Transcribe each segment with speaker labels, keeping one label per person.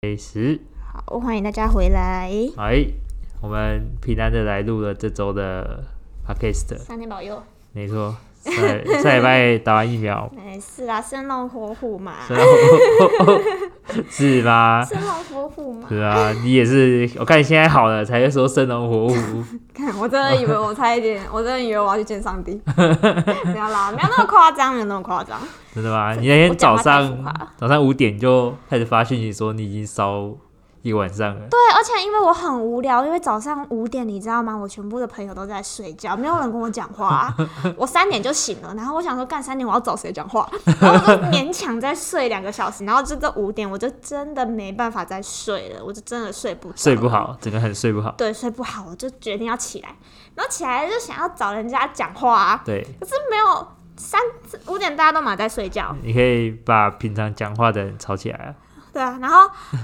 Speaker 1: 开始。
Speaker 2: 好，哦欢迎大家回来，
Speaker 1: 哎，我们平安的来录了这周的 podcast，
Speaker 2: 上天保佑。
Speaker 1: 没错，下 下礼拜打完疫 苗，
Speaker 2: 哎，是啊，生龙活虎嘛，
Speaker 1: 然后 是吗？
Speaker 2: 生龙活虎嘛。
Speaker 1: 是啊，你也是，我看你现在好了，才会说生龙活 虎。
Speaker 2: 看，我真的以为我差一 点，我真的以为我要去见上 帝。不要啦，没有那么夸张，没有那么夸张。
Speaker 1: 真的吗？你那天
Speaker 2: 我
Speaker 1: 早
Speaker 2: 讲话太浮夸
Speaker 1: 上
Speaker 2: 了
Speaker 1: 早上五点就开始发讯息说你已经烧一个晚上了，
Speaker 2: 对，而且因为我很无聊，因为早上五点，你知道吗？我全部的朋友都在睡觉，没有人跟我讲话 啊、我三点就醒了，然后我想说，干三点我要找谁讲 话？然后我就勉强再睡两个小时，然后就这五点，我就真的没办法再睡了，我就真的睡不着
Speaker 1: 睡不好，整个很睡不好。
Speaker 2: 对，睡不好，我就决定要起来，然后起来就想要找人家讲话啊，
Speaker 1: 对，
Speaker 2: 可是没有三五点大家都嘛在睡觉，
Speaker 1: 你可以把平常讲话的人吵起来啊。
Speaker 2: 对啊，然后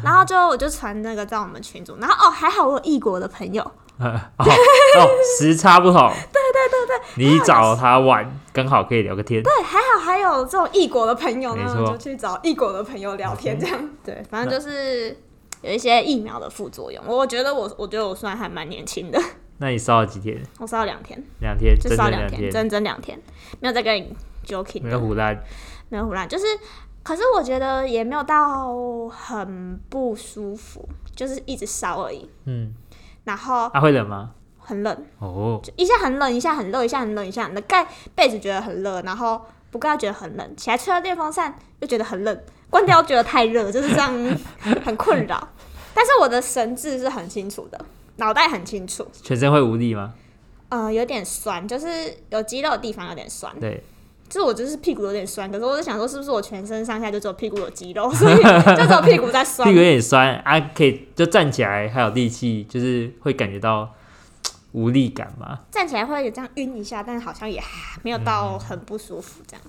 Speaker 2: 然后就我就传那个在我们群组，然后哦还好我有异国的朋友，
Speaker 1: 呃 哦哦，时差不同。对对对对，你找他晚，刚好可以聊个天。
Speaker 2: 对，还好还有这种异国的朋友，
Speaker 1: 没
Speaker 2: 然
Speaker 1: 错
Speaker 2: 后就去找异国的朋友聊天这样，对，反正就是有一些疫苗的副作用，我觉得我我觉得我算还蛮年轻的，
Speaker 1: 那你烧了几天？
Speaker 2: 我烧了两天，
Speaker 1: 两天，
Speaker 2: 就
Speaker 1: 整
Speaker 2: 烧
Speaker 1: 整
Speaker 2: 两天，
Speaker 1: 天，
Speaker 2: 整整两天，没有再跟你 joking
Speaker 1: 没
Speaker 2: 的
Speaker 1: 有胡乱。
Speaker 2: 没有胡乱，就是，可是我觉得也没有到很不舒服，就是一直烧而已。
Speaker 1: 嗯，
Speaker 2: 然后
Speaker 1: 啊，会冷吗？
Speaker 2: 很冷，
Speaker 1: 哦，
Speaker 2: 就一下很冷，一下很热，一下很冷，一下很热。盖被子觉得很热，然后不盖觉得很冷，起来吹了电风扇又觉得很冷，关掉又觉得太热，就是这样很困扰。 但是我的神志是很清楚的，脑袋很清楚，
Speaker 1: 全身会无力吗？
Speaker 2: 呃，有点酸，就是有肌肉的地方有点酸。
Speaker 1: 对，
Speaker 2: 就是我就是屁股有点酸，可是我就想说，是不是我全身上下就只有屁股有肌肉，所以就只有屁股在酸
Speaker 1: 屁股。有点酸啊，可以就站起来，还有力气，就是会感觉到无力感嘛。
Speaker 2: 站起来会有这样晕一下，但是好像也还没有到很不舒服这样。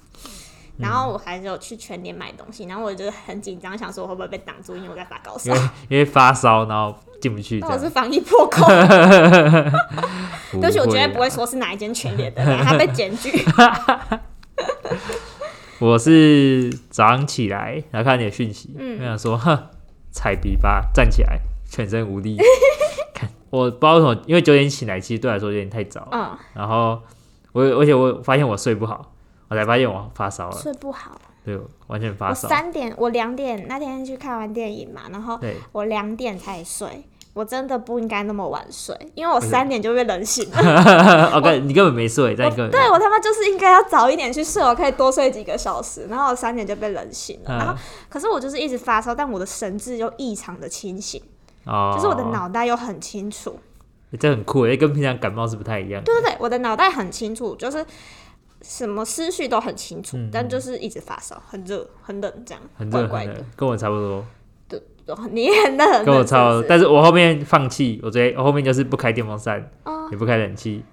Speaker 2: 然后我还是有去全年买东西，然后我就是很紧张，想说我会不会被挡住，因为我在发高
Speaker 1: 因
Speaker 2: 烧
Speaker 1: 为。因为发烧，然后进不去这
Speaker 2: 但我是
Speaker 1: 样。
Speaker 2: 防疫破口，
Speaker 1: 对
Speaker 2: 对不起，我绝对不会说是哪一间全联的，等一下他被检举。
Speaker 1: 我是早上起来，然后看到你的讯息，
Speaker 2: 嗯
Speaker 1: 我想说，哼，踩鼻巴，站起来，全身无 力。看，我不知道为什么，因为九点醒来，其实对我来说有点太早。
Speaker 2: 嗯，
Speaker 1: 然后我，而且我发现我睡不好，我才发现我发烧了，
Speaker 2: 睡不好，
Speaker 1: 对，我完全发
Speaker 2: 我
Speaker 1: 烧。
Speaker 2: 三点，我两点那天去看完电影嘛，然后
Speaker 1: 对，
Speaker 2: 我两点才睡，我真的不应该那么晚睡，因为我
Speaker 1: 为什么
Speaker 2: 三点就被冷醒了。
Speaker 1: 哦，根你根本没睡，但
Speaker 2: 我
Speaker 1: 你根本
Speaker 2: 对我他妈就是应该要早一点去睡，我可以多睡几个小时，然后我三点就被冷醒了。
Speaker 1: 嗯
Speaker 2: 然后，可是我就是一直发烧，但我的神志又异常的清醒，
Speaker 1: 哦，
Speaker 2: 就是我的，脑袋又很清楚。
Speaker 1: 这很酷耶，跟平常感冒是不太一样。
Speaker 2: 对对对，我的脑袋很清楚，就是什么思绪都很清楚，
Speaker 1: 嗯
Speaker 2: 但就是一直发烧，很热、很冷，这样
Speaker 1: 很
Speaker 2: 怪
Speaker 1: 热
Speaker 2: 怪
Speaker 1: 很
Speaker 2: 的
Speaker 1: 热。，跟我差不多，
Speaker 2: 然后 你也很热，很
Speaker 1: 跟我
Speaker 2: 冷是
Speaker 1: 差不多。
Speaker 2: 不是
Speaker 1: 但是我后面放弃，我直接我后面就是不开电风扇，
Speaker 2: 哦
Speaker 1: 也不开冷气，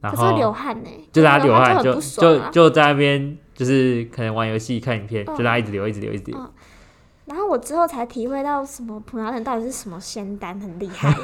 Speaker 1: 然
Speaker 2: 可
Speaker 1: 后
Speaker 2: 是流汗呢，
Speaker 1: 就让他流汗，
Speaker 2: 汗
Speaker 1: 就
Speaker 2: 很不爽
Speaker 1: 就
Speaker 2: 啊。
Speaker 1: 就在那边，就是可能玩游戏、看影片，
Speaker 2: 嗯
Speaker 1: 就让他一直流，一直流，一直流
Speaker 2: 嗯。然后我之后才体会到什么葡萄人到底是什么仙丹很厉 害，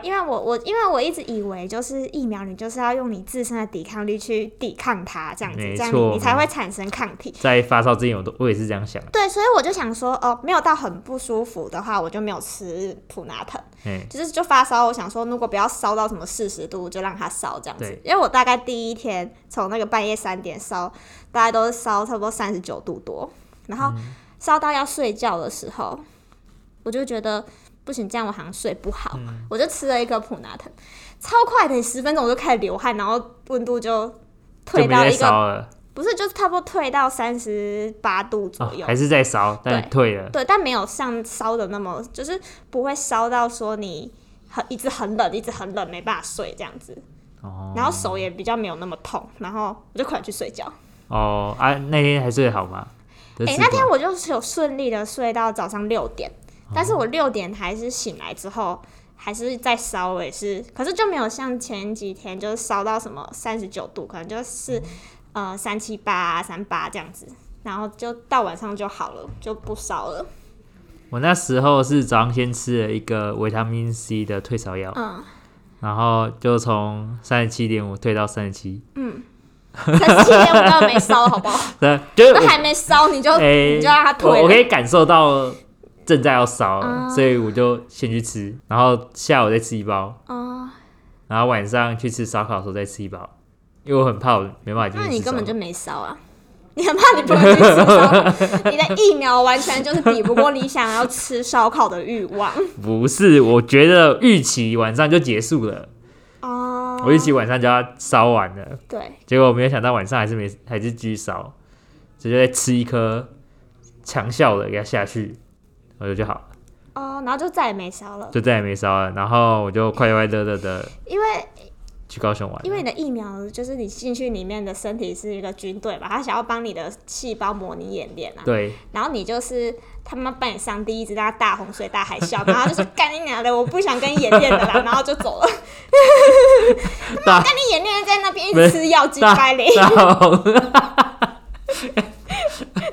Speaker 2: 因为我我因为我一直以为就是疫苗，你就是要用你自身的抵抗力去抵抗它，这样子，
Speaker 1: 没
Speaker 2: 这样
Speaker 1: 错
Speaker 2: 你你才会产生抗体。
Speaker 1: 在发烧之前，我都我也是这样想的，啊
Speaker 2: 对，所以我就想说，哦，没有到很不舒服的话，我就没有吃普拿疼，
Speaker 1: 哎，
Speaker 2: 就是就发烧。我想说，如果不要烧到什么四十度，就让它烧这样子
Speaker 1: 对。
Speaker 2: 因为我大概第一天从那个半夜三点烧，大概都是烧差不多三十九度多，然后
Speaker 1: 嗯
Speaker 2: 烧到要睡觉的时候，我就觉得不行，这样我好像睡不好，
Speaker 1: 嗯
Speaker 2: 我就吃了一个普拿疼，超快的，十分钟我就开始流汗，然后温度就
Speaker 1: 就
Speaker 2: 退
Speaker 1: 没
Speaker 2: 到
Speaker 1: 在
Speaker 2: 一个，
Speaker 1: 烧了，
Speaker 2: 不是，就是差不多退到三十八度
Speaker 1: 哦
Speaker 2: 左右。
Speaker 1: 还是在烧，但退了，
Speaker 2: 对，但没有像烧的那么，就是不会烧到说你很一直很冷，一直很冷，没办法睡这样子。
Speaker 1: 哦
Speaker 2: 然后手也比较没有那么痛，然后我就快点去睡觉。
Speaker 1: 哦啊，那天还睡得好吗？哎
Speaker 2: 哎、那天我就是有顺利的睡到早上六点，但是我六点还是醒来之后。还是在烧，我也是，可是就没有像前几天就是烧到什么三十九度，可能就是、呃三七八、三八这样子，然后就到晚上就好了，就不烧了。
Speaker 1: 我那时候是早上先吃了一个维他命 C 的退烧药，
Speaker 2: 嗯，
Speaker 1: 然后就从三十七点五退到三十七，
Speaker 2: 可惜我刚没烧，好不好？
Speaker 1: 对，就是
Speaker 2: 都
Speaker 1: 我
Speaker 2: 还没烧，你就、
Speaker 1: 哎，
Speaker 2: 你就让它退
Speaker 1: 我我可
Speaker 2: 了。
Speaker 1: 以感受到正在要烧了，
Speaker 2: 啊
Speaker 1: 所以我就先去吃，然后下午再吃一包，
Speaker 2: 哦，
Speaker 1: 然后晚上去吃烧烤的时候再吃一包，因为我很怕我没办法进去
Speaker 2: 那
Speaker 1: 吃
Speaker 2: 你根本
Speaker 1: 烧
Speaker 2: 就没烧啊！你很怕你不会去吃烧烤，你 的疫苗完全就是抵不过你想要吃烧烤的欲望
Speaker 1: 烤不是，我觉得预期晚上就结束了，
Speaker 2: 哦。
Speaker 1: 我预期晚上就要烧完了，
Speaker 2: 对，
Speaker 1: 结果我没有想到晚上还是没还是继续烧，直接再吃一颗强效的给它下去，我就就好了，
Speaker 2: 哦，然后就再也没烧了，
Speaker 1: 就再也没烧了，然后我就快快乐乐的
Speaker 2: 因为
Speaker 1: 去高雄玩了，
Speaker 2: 因为你的疫苗就是你进去里面的身体是一个军队嘛，他想要帮你的细胞模拟演练啊，
Speaker 1: 对。
Speaker 2: 然后你就是他妈把你上第一支，让他大洪水、大海啸，然后他就说 干你娘的，我不想跟你演练的啦，然后就走了。
Speaker 1: 大
Speaker 2: 那你演练在那边一
Speaker 1: 没
Speaker 2: 直吃药鸡
Speaker 1: 大
Speaker 2: 掰嘞，
Speaker 1: 大红，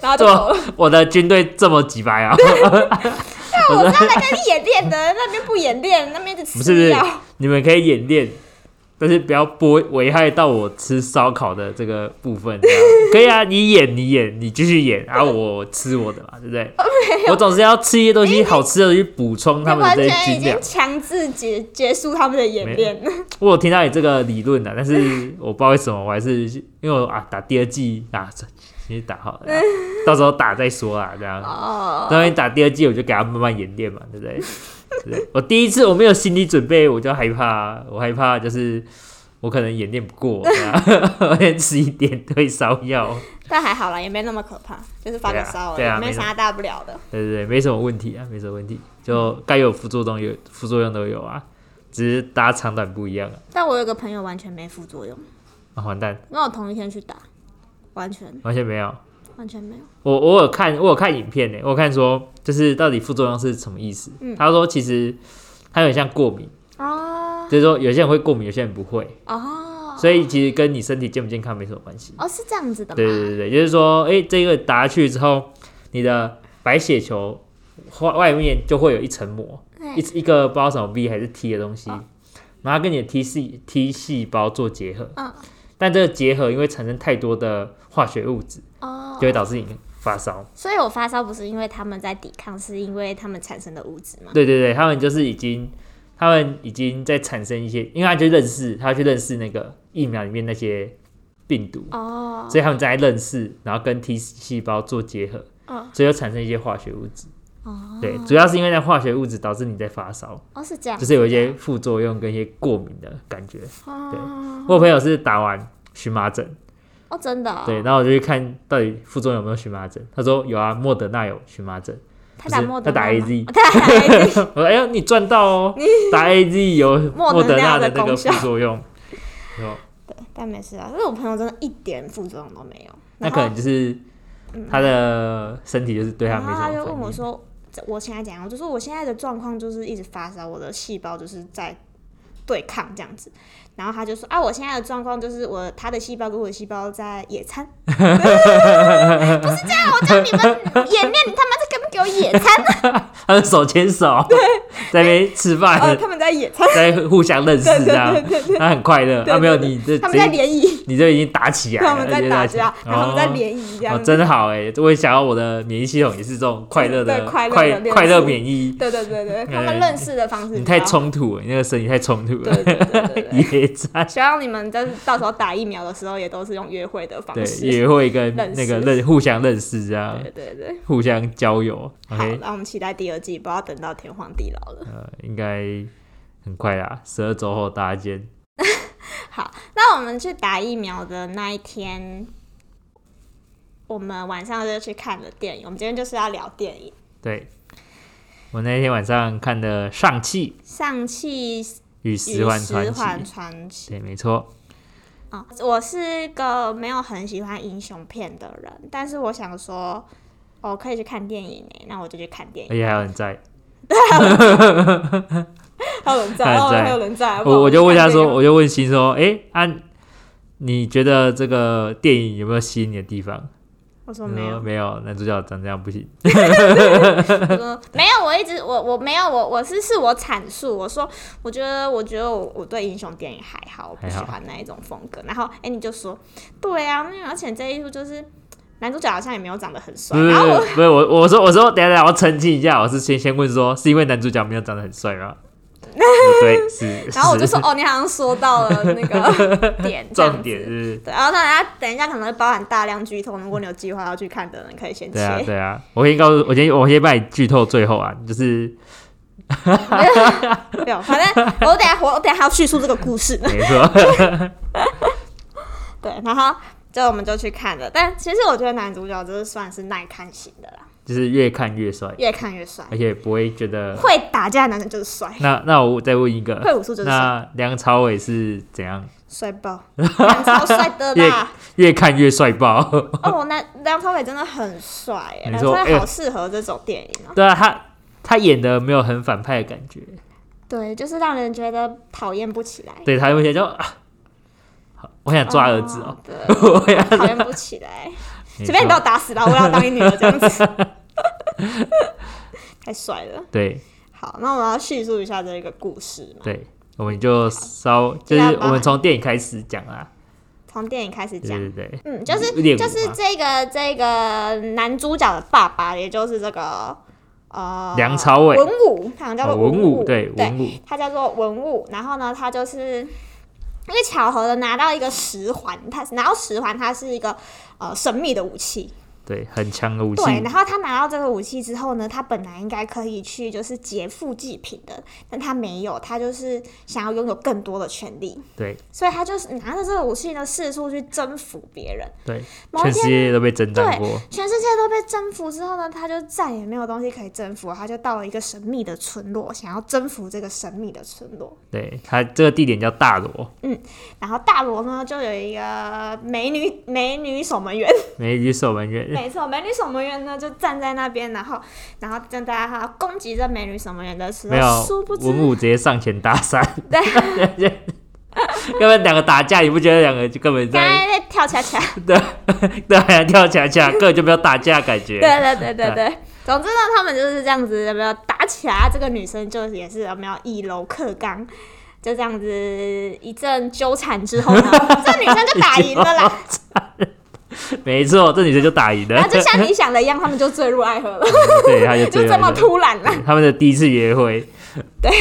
Speaker 2: 然后就走了。
Speaker 1: 啊我的军队这么几百啊！
Speaker 2: 那我刚才跟你演练的，那边不演练，那边就
Speaker 1: 不是不
Speaker 2: 吃
Speaker 1: 是
Speaker 2: 药。
Speaker 1: 你们可以演练，但是不要波危害到我吃烧烤的这个部分。 这样可以啊，你演你演，你继续演，然、啊、后我吃我的嘛，对不对？
Speaker 2: 哦
Speaker 1: 我总是要吃一些东
Speaker 2: 哎
Speaker 1: 西好吃的去补充他
Speaker 2: 他
Speaker 1: 们
Speaker 2: 完
Speaker 1: 的这些
Speaker 2: 全已
Speaker 1: 军
Speaker 2: 经
Speaker 1: 粮。
Speaker 2: 强制结结束他们的演练了。
Speaker 1: 我有听到你这个理论的，啊但是我不知道为什么，我还是因为我啊打第二季啊，这先打好 了啊，到时候打再说啊啦，这样。
Speaker 2: 哦，
Speaker 1: 那你打第二季，我就给他慢慢演练嘛，对不 对？对不对我第一次我没有心理准备，我就害怕，我害怕就是我可能演练不过， 对啊我先吃一点退烧药，
Speaker 2: 但还好啦，也没那么可怕，就是发个烧而已，
Speaker 1: 对啊对啊
Speaker 2: 没啥大不了的。
Speaker 1: 对对对，没什么问题啊，没什么问题，就该有副作用有副作用都有啊，只是大家长短不一样啊。
Speaker 2: 但我有个朋友完全没副作用，
Speaker 1: 啊完蛋，
Speaker 2: 跟我同一天去打，完全
Speaker 1: 完全没有。
Speaker 2: 完全没有。
Speaker 1: 我我有看，我有看影片呢，欸我有看说就是到底副作用是什么意思？
Speaker 2: 嗯
Speaker 1: 他说其实它有点像过敏，
Speaker 2: 哦
Speaker 1: 就是说有些人会过敏，有些人不会。
Speaker 2: 哦
Speaker 1: 所以其实跟你身体健不健康没什么关系。
Speaker 2: 哦，是这样子的吗？
Speaker 1: 对对对，就是说，哎、这个打下去之后，你的白血球外外面就会有一层膜，
Speaker 2: 哎
Speaker 1: 一一个不知道什么 V 还是 T 的东西
Speaker 2: 哦，
Speaker 1: 然后跟你的 T 细 T 细胞做结合，
Speaker 2: 嗯
Speaker 1: 但这个结合因为产生太多的化学物质，
Speaker 2: 哦
Speaker 1: 就，会导致你发烧。
Speaker 2: 所以我发烧不是因为他们在抵抗，是因为他们产生的物质吗？
Speaker 1: 对对对，他们就是已经，他们已经在产生一些，因为他就认识，他去认识那个疫苗里面那些病毒，
Speaker 2: 哦，
Speaker 1: 所以他们在认识，然后跟 T 细胞做结合，
Speaker 2: 嗯
Speaker 1: 所以又产生一些化学物质。
Speaker 2: 哦
Speaker 1: 对，主要是因为那化学物质导致你在发烧，
Speaker 2: 哦，是这样，
Speaker 1: 就是有一些副作用跟一些过敏的感觉。
Speaker 2: 哦
Speaker 1: 我有朋友是打完荨麻疹，
Speaker 2: 哦，真的、哦，
Speaker 1: 对，然后我就去看到底副作用有没有荨麻疹，他说有啊，莫德纳有荨麻疹。
Speaker 2: 他打
Speaker 1: 不是
Speaker 2: 莫 德
Speaker 1: 他打
Speaker 2: 纳吗
Speaker 1: AZ
Speaker 2: 哦他打 AZ，
Speaker 1: 我说哎呦，你赚到哦，打 A Z 有
Speaker 2: 莫
Speaker 1: 莫
Speaker 2: 德
Speaker 1: 德纳
Speaker 2: 纳
Speaker 1: 的
Speaker 2: 的
Speaker 1: 那个
Speaker 2: 功
Speaker 1: 副
Speaker 2: 效
Speaker 1: 作用，然后
Speaker 2: 但没事啊，因为我朋友真的一点副作用都没有。
Speaker 1: 那
Speaker 2: 然
Speaker 1: 可
Speaker 2: 后
Speaker 1: 能就是他的身体就是对他
Speaker 2: 然
Speaker 1: 没
Speaker 2: 后
Speaker 1: 什么
Speaker 2: 他
Speaker 1: 反
Speaker 2: 就
Speaker 1: 应。
Speaker 2: 问我说：“这我现在怎样？”我就说：“我现在的状况就是一直发烧，我的细胞就是在对抗这样子。”然后他就说：“啊，我现在的状况就是我他的细胞跟我的细胞在 野餐。”不是这样，我叫你们演练，你他妈在跟给我野餐！
Speaker 1: 他们手牵手，在那边吃
Speaker 2: 哦，
Speaker 1: 饭，
Speaker 2: 他们在野餐，
Speaker 1: 在互相认识
Speaker 2: 对
Speaker 1: 这
Speaker 2: 对
Speaker 1: 样
Speaker 2: 对，对对，
Speaker 1: 他很快乐。
Speaker 2: 对
Speaker 1: 啊，没有
Speaker 2: 对
Speaker 1: 你这
Speaker 2: 他
Speaker 1: 直
Speaker 2: 们在
Speaker 1: 接
Speaker 2: 联谊，
Speaker 1: 你这已经打起来了，
Speaker 2: 他们在打
Speaker 1: 而且
Speaker 2: 架，
Speaker 1: 起来
Speaker 2: 然后他们在
Speaker 1: 哦
Speaker 2: 联谊这
Speaker 1: 哦
Speaker 2: 样，子。
Speaker 1: 真好哎！我也想要我的免疫系统也是这种快乐的
Speaker 2: 对快乐的
Speaker 1: 快
Speaker 2: 练习
Speaker 1: 快乐免疫。
Speaker 2: 对对对对，他
Speaker 1: 哎
Speaker 2: 们认识的方式
Speaker 1: 你
Speaker 2: 比
Speaker 1: 太
Speaker 2: 较好
Speaker 1: 冲突了，你那个身体太冲突
Speaker 2: 啊对
Speaker 1: 了，
Speaker 2: 对对对对。
Speaker 1: 野战
Speaker 2: 希望你们就是到时候打疫苗的时候，也都是用约会的方
Speaker 1: 对
Speaker 2: 式。
Speaker 1: 也会跟
Speaker 2: 认识
Speaker 1: 那个认互相认识这样，
Speaker 2: 对对对，
Speaker 1: 互相交友。
Speaker 2: 好
Speaker 1: OK，，
Speaker 2: 那我们期待第二季，不要等到天荒地老了。
Speaker 1: 呃，应该很快啦，十二周后大家见。
Speaker 2: 好，那我们去打疫苗的那一天，我们晚上就去看了电影。我们今天就是要聊电影，
Speaker 1: 对，我那天晚上看的《上汽
Speaker 2: 上汽
Speaker 1: 与
Speaker 2: 与
Speaker 1: 十环
Speaker 2: 十
Speaker 1: 传
Speaker 2: 环
Speaker 1: 奇，
Speaker 2: 传奇。
Speaker 1: 对，没错，
Speaker 2: 啊、我是个没有很喜欢英雄片的人，但是我想说，我、可以去看电影诶，那我就去看电
Speaker 1: 而
Speaker 2: 影。
Speaker 1: 且还有人在。
Speaker 2: 还有人在，
Speaker 1: 还有
Speaker 2: 哦，
Speaker 1: 在
Speaker 2: 还有人在。不然
Speaker 1: 我我就问
Speaker 2: 去
Speaker 1: 他
Speaker 2: 看电
Speaker 1: 说，
Speaker 2: 影
Speaker 1: 我就问新说，哎、啊，你觉得这个电影有没有吸引你的地方？
Speaker 2: 我说
Speaker 1: 他
Speaker 2: 没有
Speaker 1: 说，没有，男主角长这样不行。
Speaker 2: 我说没有，我一直我我没有我我是是我阐述，我说我觉得我觉得我我对英雄电影还好，我不
Speaker 1: 还
Speaker 2: 喜
Speaker 1: 好
Speaker 2: 欢那一种风格。然后哎、你就说对啊，那而且这一部就是男主角好像也没有长得很帅，
Speaker 1: 不是
Speaker 2: 然后
Speaker 1: 不
Speaker 2: 我
Speaker 1: 是不是我我说我说等一下等一下我澄清一下，我是先先问说是因为男主角没有长得很帅 吗？对，是。
Speaker 2: 然后我就说
Speaker 1: 是
Speaker 2: 哦，你好像说到了那个点，这样
Speaker 1: 重点
Speaker 2: 子
Speaker 1: 是，
Speaker 2: 对，然后大家等一下可能会包含大量剧透，如果你有计划要去看的人，可以先切。
Speaker 1: 对啊对啊，我先告诉我先我先帮你剧透最后啊，就是啊
Speaker 2: 没有，反正我等一下我我等一下还要叙述这个故事。
Speaker 1: 没错，
Speaker 2: 对，然后就我们就去看了，但其实我觉得男主角就是算是耐看型的啦，
Speaker 1: 就是越看越帅，
Speaker 2: 越看越帅，
Speaker 1: 而且不会觉得。
Speaker 2: 会打架的男人就是帅，
Speaker 1: 那那我再问一个，
Speaker 2: 会武术就是帅，
Speaker 1: 那梁朝伟是怎样？
Speaker 2: 帅爆，梁朝帅的 啦。
Speaker 1: 越看越帅爆。
Speaker 2: 哦，那梁朝伟真的很帅耶，
Speaker 1: 你
Speaker 2: 梁
Speaker 1: 说
Speaker 2: 朝
Speaker 1: 哎
Speaker 2: 伟
Speaker 1: 呦
Speaker 2: 好适合这种电影哦、
Speaker 1: 对啊，他他演的没有很反派的感觉，
Speaker 2: 对，就是让人觉得讨厌不起来。
Speaker 1: 对他有些就啊，好我想抓儿子哦，
Speaker 2: 对，
Speaker 1: 我要
Speaker 2: 讨厌不起 来。
Speaker 1: 没
Speaker 2: 随便你把
Speaker 1: 错
Speaker 2: 我打死吧，我要当你女儿这 样子，太帅了。
Speaker 1: 对
Speaker 2: 好，那我们要叙述一下这个故事嘛，
Speaker 1: 对，我们就稍就是
Speaker 2: 要
Speaker 1: 我
Speaker 2: 吧
Speaker 1: 们从电影开始讲啊，
Speaker 2: 从电影开始
Speaker 1: 对
Speaker 2: 啊讲。
Speaker 1: 对对，
Speaker 2: 嗯，就是
Speaker 1: 有点
Speaker 2: 就是
Speaker 1: 古嘛
Speaker 2: 这个这个男主角的爸爸，也就是这个呃
Speaker 1: 梁朝伟
Speaker 2: 文武，他好像叫
Speaker 1: 哦
Speaker 2: 做
Speaker 1: 文
Speaker 2: 武，
Speaker 1: 武对
Speaker 2: 对
Speaker 1: 文武，
Speaker 2: 他叫做文物，然后呢，他就是因为巧合的拿到一个十环，他拿到十环，它是一个呃神秘的武器。
Speaker 1: 对很强的武器，
Speaker 2: 对，然后他拿到这个武器之后呢，他本来应该可以去就是劫富济贫的，但他没有，他就是想要拥有更多的权利，
Speaker 1: 对
Speaker 2: 所以他就是拿着这个武器呢，四处去征服别人。
Speaker 1: 对，
Speaker 2: 某一
Speaker 1: 全
Speaker 2: 天
Speaker 1: 世界都被征战过，
Speaker 2: 全世界都被征服之后呢，他就再也没有东西可以征服，他就到了一个神秘的村落，想要征服这个神秘的村落。
Speaker 1: 对他这个地点叫大罗
Speaker 2: 然后大罗呢，就有一个美女 美女守 门员，
Speaker 1: 美女守门员，
Speaker 2: 没错，美女守门员呢就站在那边，然后然后正在他攻击着美女守门员的时
Speaker 1: 没有
Speaker 2: 候，殊不知
Speaker 1: 文武直接上前搭讪，
Speaker 2: 对，
Speaker 1: 根本两个打架，你不觉得两个就根本
Speaker 2: 刚
Speaker 1: 在
Speaker 2: 才在跳恰恰，
Speaker 1: 对 啊跳恰恰，根本就没有打架的感觉，
Speaker 2: 对对对 对对。总之呢，他们就是这样子，有没有打起来？这个女生就是也是有没有一楼克刚，就这样子一阵纠缠之后 呢，这女生就打赢了啦。
Speaker 1: 没错，这女生就打赢了
Speaker 2: 然后，就像你想的一样，他们就坠入爱河了，
Speaker 1: 哎对，啊他就
Speaker 2: 就
Speaker 1: 追
Speaker 2: 这
Speaker 1: 来
Speaker 2: 么
Speaker 1: 了。
Speaker 2: 突然啦。
Speaker 1: 他们的第一次约会，
Speaker 2: 对，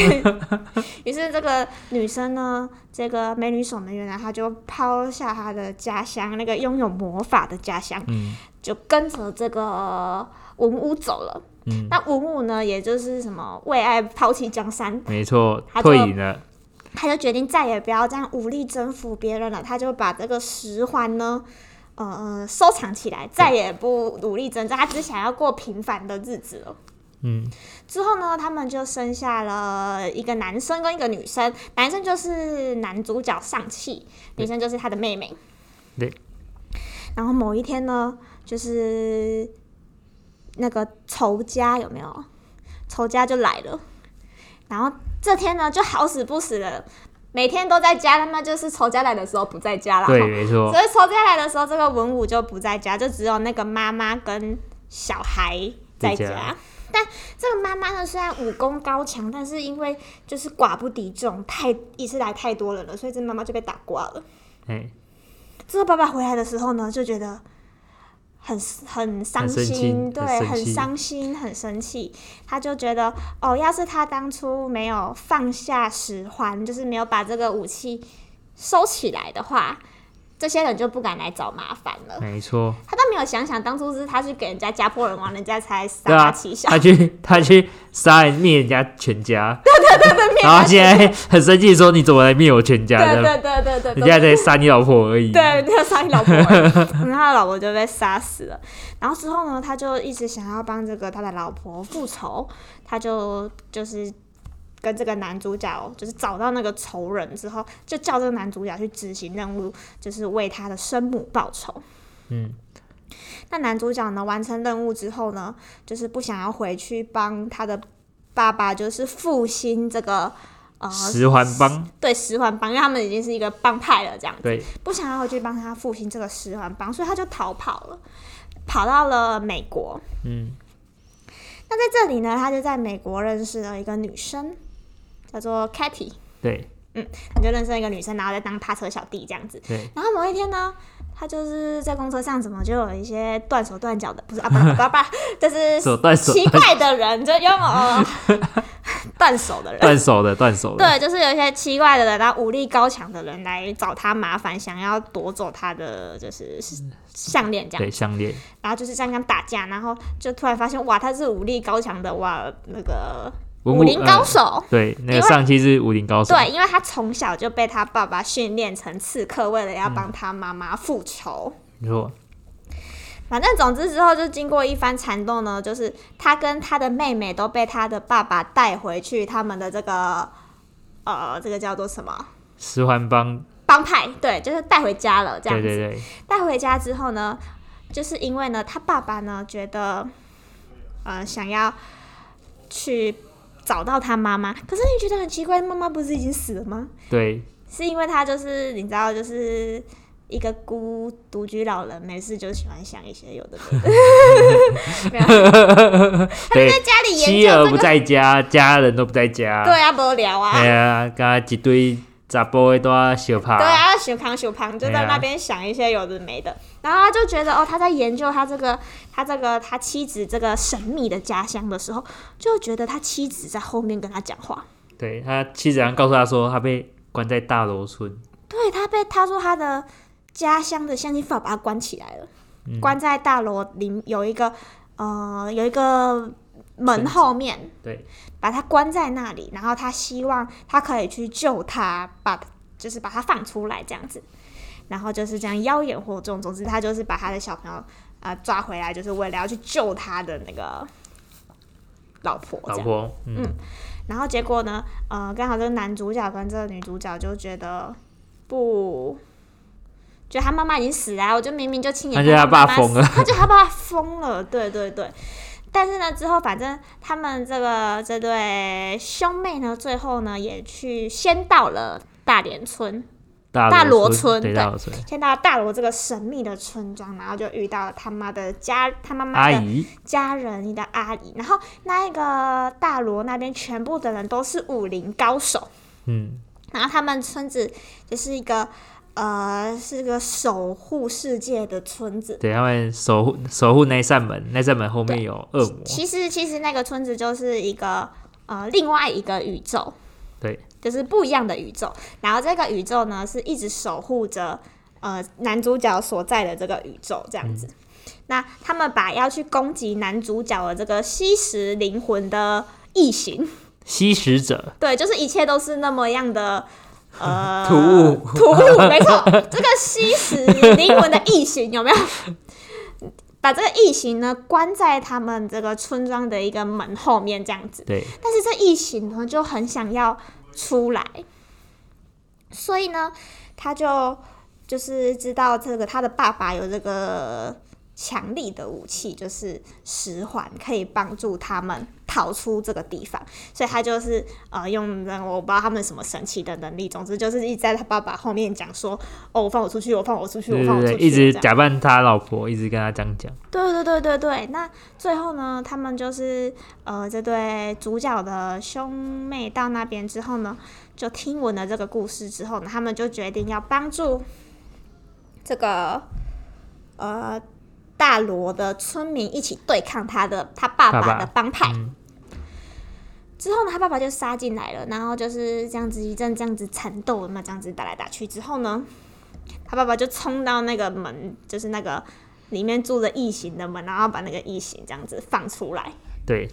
Speaker 2: 于是这个女生呢，这个美女守门员呢，她就抛下她的家乡，那个拥有魔法的家乡，
Speaker 1: 嗯，
Speaker 2: 就跟着这个文武走了。
Speaker 1: 嗯
Speaker 2: 那文武呢，也就是什么为爱抛弃江山，
Speaker 1: 没错，
Speaker 2: 他就
Speaker 1: 退隐了，
Speaker 2: 他就决定再也不要这样武力征服别人了，他就把这个十环呢。呃，收藏起来，再也不努力征战，他只想要过平凡的日子了。
Speaker 1: 嗯，
Speaker 2: 之后呢，他们就生下了一个男生跟一个女生，男生就是男主角上气，女生就是他的妹妹。
Speaker 1: 对。
Speaker 2: 然后某一天呢，就是那个仇家有没有？仇家就来了，然后这天呢就好死不死的，每天都在家，他们就是仇家来的时候不在家啦。
Speaker 1: 对，
Speaker 2: 吼
Speaker 1: 没错，
Speaker 2: 所以仇家来的时候，这个文武就不在家，就只有那个妈妈跟小孩在
Speaker 1: 在家
Speaker 2: 家。但这个妈妈呢，虽然武功高强，但是因为就是寡不敌众，太一次来太多人了，所以这妈妈就被打挂了。
Speaker 1: 哎，
Speaker 2: 这个爸爸回来的时候呢，就觉得很很伤
Speaker 1: 很生气
Speaker 2: 心，对
Speaker 1: 很，生
Speaker 2: 很
Speaker 1: 气
Speaker 2: 伤心，很生气。他就觉得，哦，要是他当初没有放下十环，就是没有把这个武器收起来的话，这些人就不敢来找麻烦了。
Speaker 1: 没错，
Speaker 2: 他都没有想想，当初是他去给人家家破人亡，人家才
Speaker 1: 对
Speaker 2: 三
Speaker 1: 啊
Speaker 2: 八七，小。
Speaker 1: 他去他去杀人灭人家全家，然后他现在很生气地说你怎么来灭我全家
Speaker 2: 对
Speaker 1: 的？
Speaker 2: 对对 对对
Speaker 1: 人家在杀你老婆而已，
Speaker 2: 对，那个杀你老 婆而已，然后他的老婆就被杀死了。然后之后呢，他就一直想要帮这个他的老婆复仇，他就就是跟这个男主角哦就是找到那个仇人之后，就叫这个男主角去执行任务，就是为他的生母报仇。
Speaker 1: 嗯，
Speaker 2: 那男主角呢，完成任务之后呢，就是不想要回去帮他的爸爸，就是复兴这个呃
Speaker 1: 十环帮，
Speaker 2: 对十环帮，因为他们已经是一个帮派了这样子。
Speaker 1: 对，
Speaker 2: 不想要去帮他复兴这个十环帮，所以他就逃跑了，跑到了美国。
Speaker 1: 嗯，
Speaker 2: 那在这里呢，他就在美国认识了一个女生，叫做 Kitty，
Speaker 1: 对
Speaker 2: 他就认识了一个女生，然后再当他车小弟这样子。
Speaker 1: 对，
Speaker 2: 然后某一天呢，他就是在公车上怎么就有一些断手断脚的，不是啊，不是不是不是，就 是
Speaker 1: 手断手
Speaker 2: 奇怪的人，就要么哦断手的人，
Speaker 1: 断手的断手的，
Speaker 2: 对，就是有一些奇怪的人，然后武力高强的人来找他麻烦，想要夺走他的就是项链这样
Speaker 1: 对，项链，
Speaker 2: 嗯然后就是这样跟他打架，然后就突然发现哇，他是武力高强的哇，那个
Speaker 1: 文
Speaker 2: 武林高
Speaker 1: 呃
Speaker 2: 手。
Speaker 1: 对，那个
Speaker 2: 因为
Speaker 1: 上期是武林高手，
Speaker 2: 对，因为他从小就被他爸爸训练成刺客，为了要帮他妈妈复仇。
Speaker 1: 没错，
Speaker 2: 反正总之之后就经过一番缠斗呢，就是他跟他的妹妹都被他的爸爸带回去他们的这个呃，这个叫做什么
Speaker 1: 十环帮，
Speaker 2: 帮派？对，就是带回家了这样
Speaker 1: 对
Speaker 2: 子。
Speaker 1: 对对，
Speaker 2: 带回家之后呢，就是因为呢，他爸爸呢觉得，呃，想要去找到他妈妈，可是你觉得很奇怪，妈妈不是已经死了吗？
Speaker 1: 对，
Speaker 2: 是因为他就是你知道，就是一个孤独居老人，没事就喜欢想一些有的没的，没有
Speaker 1: 对，
Speaker 2: 在家里啊研
Speaker 1: 妻儿
Speaker 2: 究
Speaker 1: 不
Speaker 2: 这个，
Speaker 1: 在家，哎家人都不在家，
Speaker 2: 对啊，无聊啊。
Speaker 1: 哎呀，刚一堆杂波的都要小怕，
Speaker 2: 对啊，小康小康就
Speaker 1: 对
Speaker 2: 在
Speaker 1: 啊
Speaker 2: 那边想一些有的没的，然后他就觉得哦，他在研究他这个他这个他妻子这个神秘的家乡的时候，就觉得他妻子在后面跟他讲话。
Speaker 1: 对他妻子好像告诉他说，他被关在大楼村，
Speaker 2: 对他被他说他的家乡的乡亲父老把他关起来了，
Speaker 1: 嗯
Speaker 2: 关在大楼里有一个呃有一个门后面，
Speaker 1: 对，
Speaker 2: 把他关在那里，然后他希望他可以去救他，把就是把他放出来这样子，然后就是这样妖言惑众，总之他就是把他的小朋友啊、呃抓回来，就是为了要去救他的那个老婆这
Speaker 1: 老
Speaker 2: 样。
Speaker 1: 婆，嗯，
Speaker 2: 然后结果呢，呃，刚好这个男主角跟这个女主角就觉得不，觉得他妈妈已经死了，我就明明就亲眼
Speaker 1: 他觉
Speaker 2: 看
Speaker 1: 得他爸
Speaker 2: 他妈妈
Speaker 1: 疯了，
Speaker 2: 他觉得他爸爸疯了，对对对。但是呢，之后反正他们这个这对兄妹呢，最后呢也去先到了大连村，
Speaker 1: 大
Speaker 2: 大罗村
Speaker 1: 对
Speaker 2: 对
Speaker 1: 大罗村，
Speaker 2: 先到了大罗这个神秘的村庄，然后就遇到了他妈的家，他妈妈
Speaker 1: 阿
Speaker 2: 的
Speaker 1: 姨，
Speaker 2: 家人，你的阿姨，然后那一个大罗那边全部的人都是武林高手，
Speaker 1: 嗯，
Speaker 2: 然后他们村子就是一个呃是个守护世界的村子。
Speaker 1: 对他们守护守护那一扇门，那扇门后面有恶魔，
Speaker 2: 其实其实那个村子就是一个呃另外一个宇宙，
Speaker 1: 对，
Speaker 2: 就是不一样的宇宙。然后这个宇宙呢是一直守护着呃男主角所在的这个宇宙这样子。那他们把要去攻击男主角的这个吸食灵魂的异形。
Speaker 1: 吸食者，
Speaker 2: 对，就是一切都是那么样的。呃，
Speaker 1: 突兀
Speaker 2: 突兀，没错，这个吸食灵魂的异形有没 有？把这个异形呢关在他们这个村庄的一个门后面这样子，
Speaker 1: 对，
Speaker 2: 但是这异形呢就很想要出来，所以呢，他就就是知道这个他的爸爸有这个强力的武器，就是十环，可以帮助他们逃出这个地方，所以他就是呃用那我不知道他们什么神奇的能力，总之就是一直在他爸爸后面讲说，哦，我放我出去，我放我出去，
Speaker 1: 对
Speaker 2: 我放
Speaker 1: 对
Speaker 2: 我
Speaker 1: 对，
Speaker 2: 出去，
Speaker 1: 一直
Speaker 2: 这样
Speaker 1: 假扮他老婆，一直跟他这样讲，
Speaker 2: 对对对对对，那最后呢，他们就是呃，这对主角的兄妹到那边之后呢，就听闻了这个故事之后呢，他们就决定要帮助这个呃大罗的村民一起对抗他的他爸
Speaker 1: 爸
Speaker 2: 爸
Speaker 1: 爸
Speaker 2: 的帮派。
Speaker 1: 嗯
Speaker 2: 之后呢，他爸爸就杀进来了，然后就是这样子一阵这样子缠斗，有没有这样子打来打去之后呢，他爸爸就冲到那个门，就是那个里面住着异形的门，然后把那个异形这样子放出来。
Speaker 1: 对，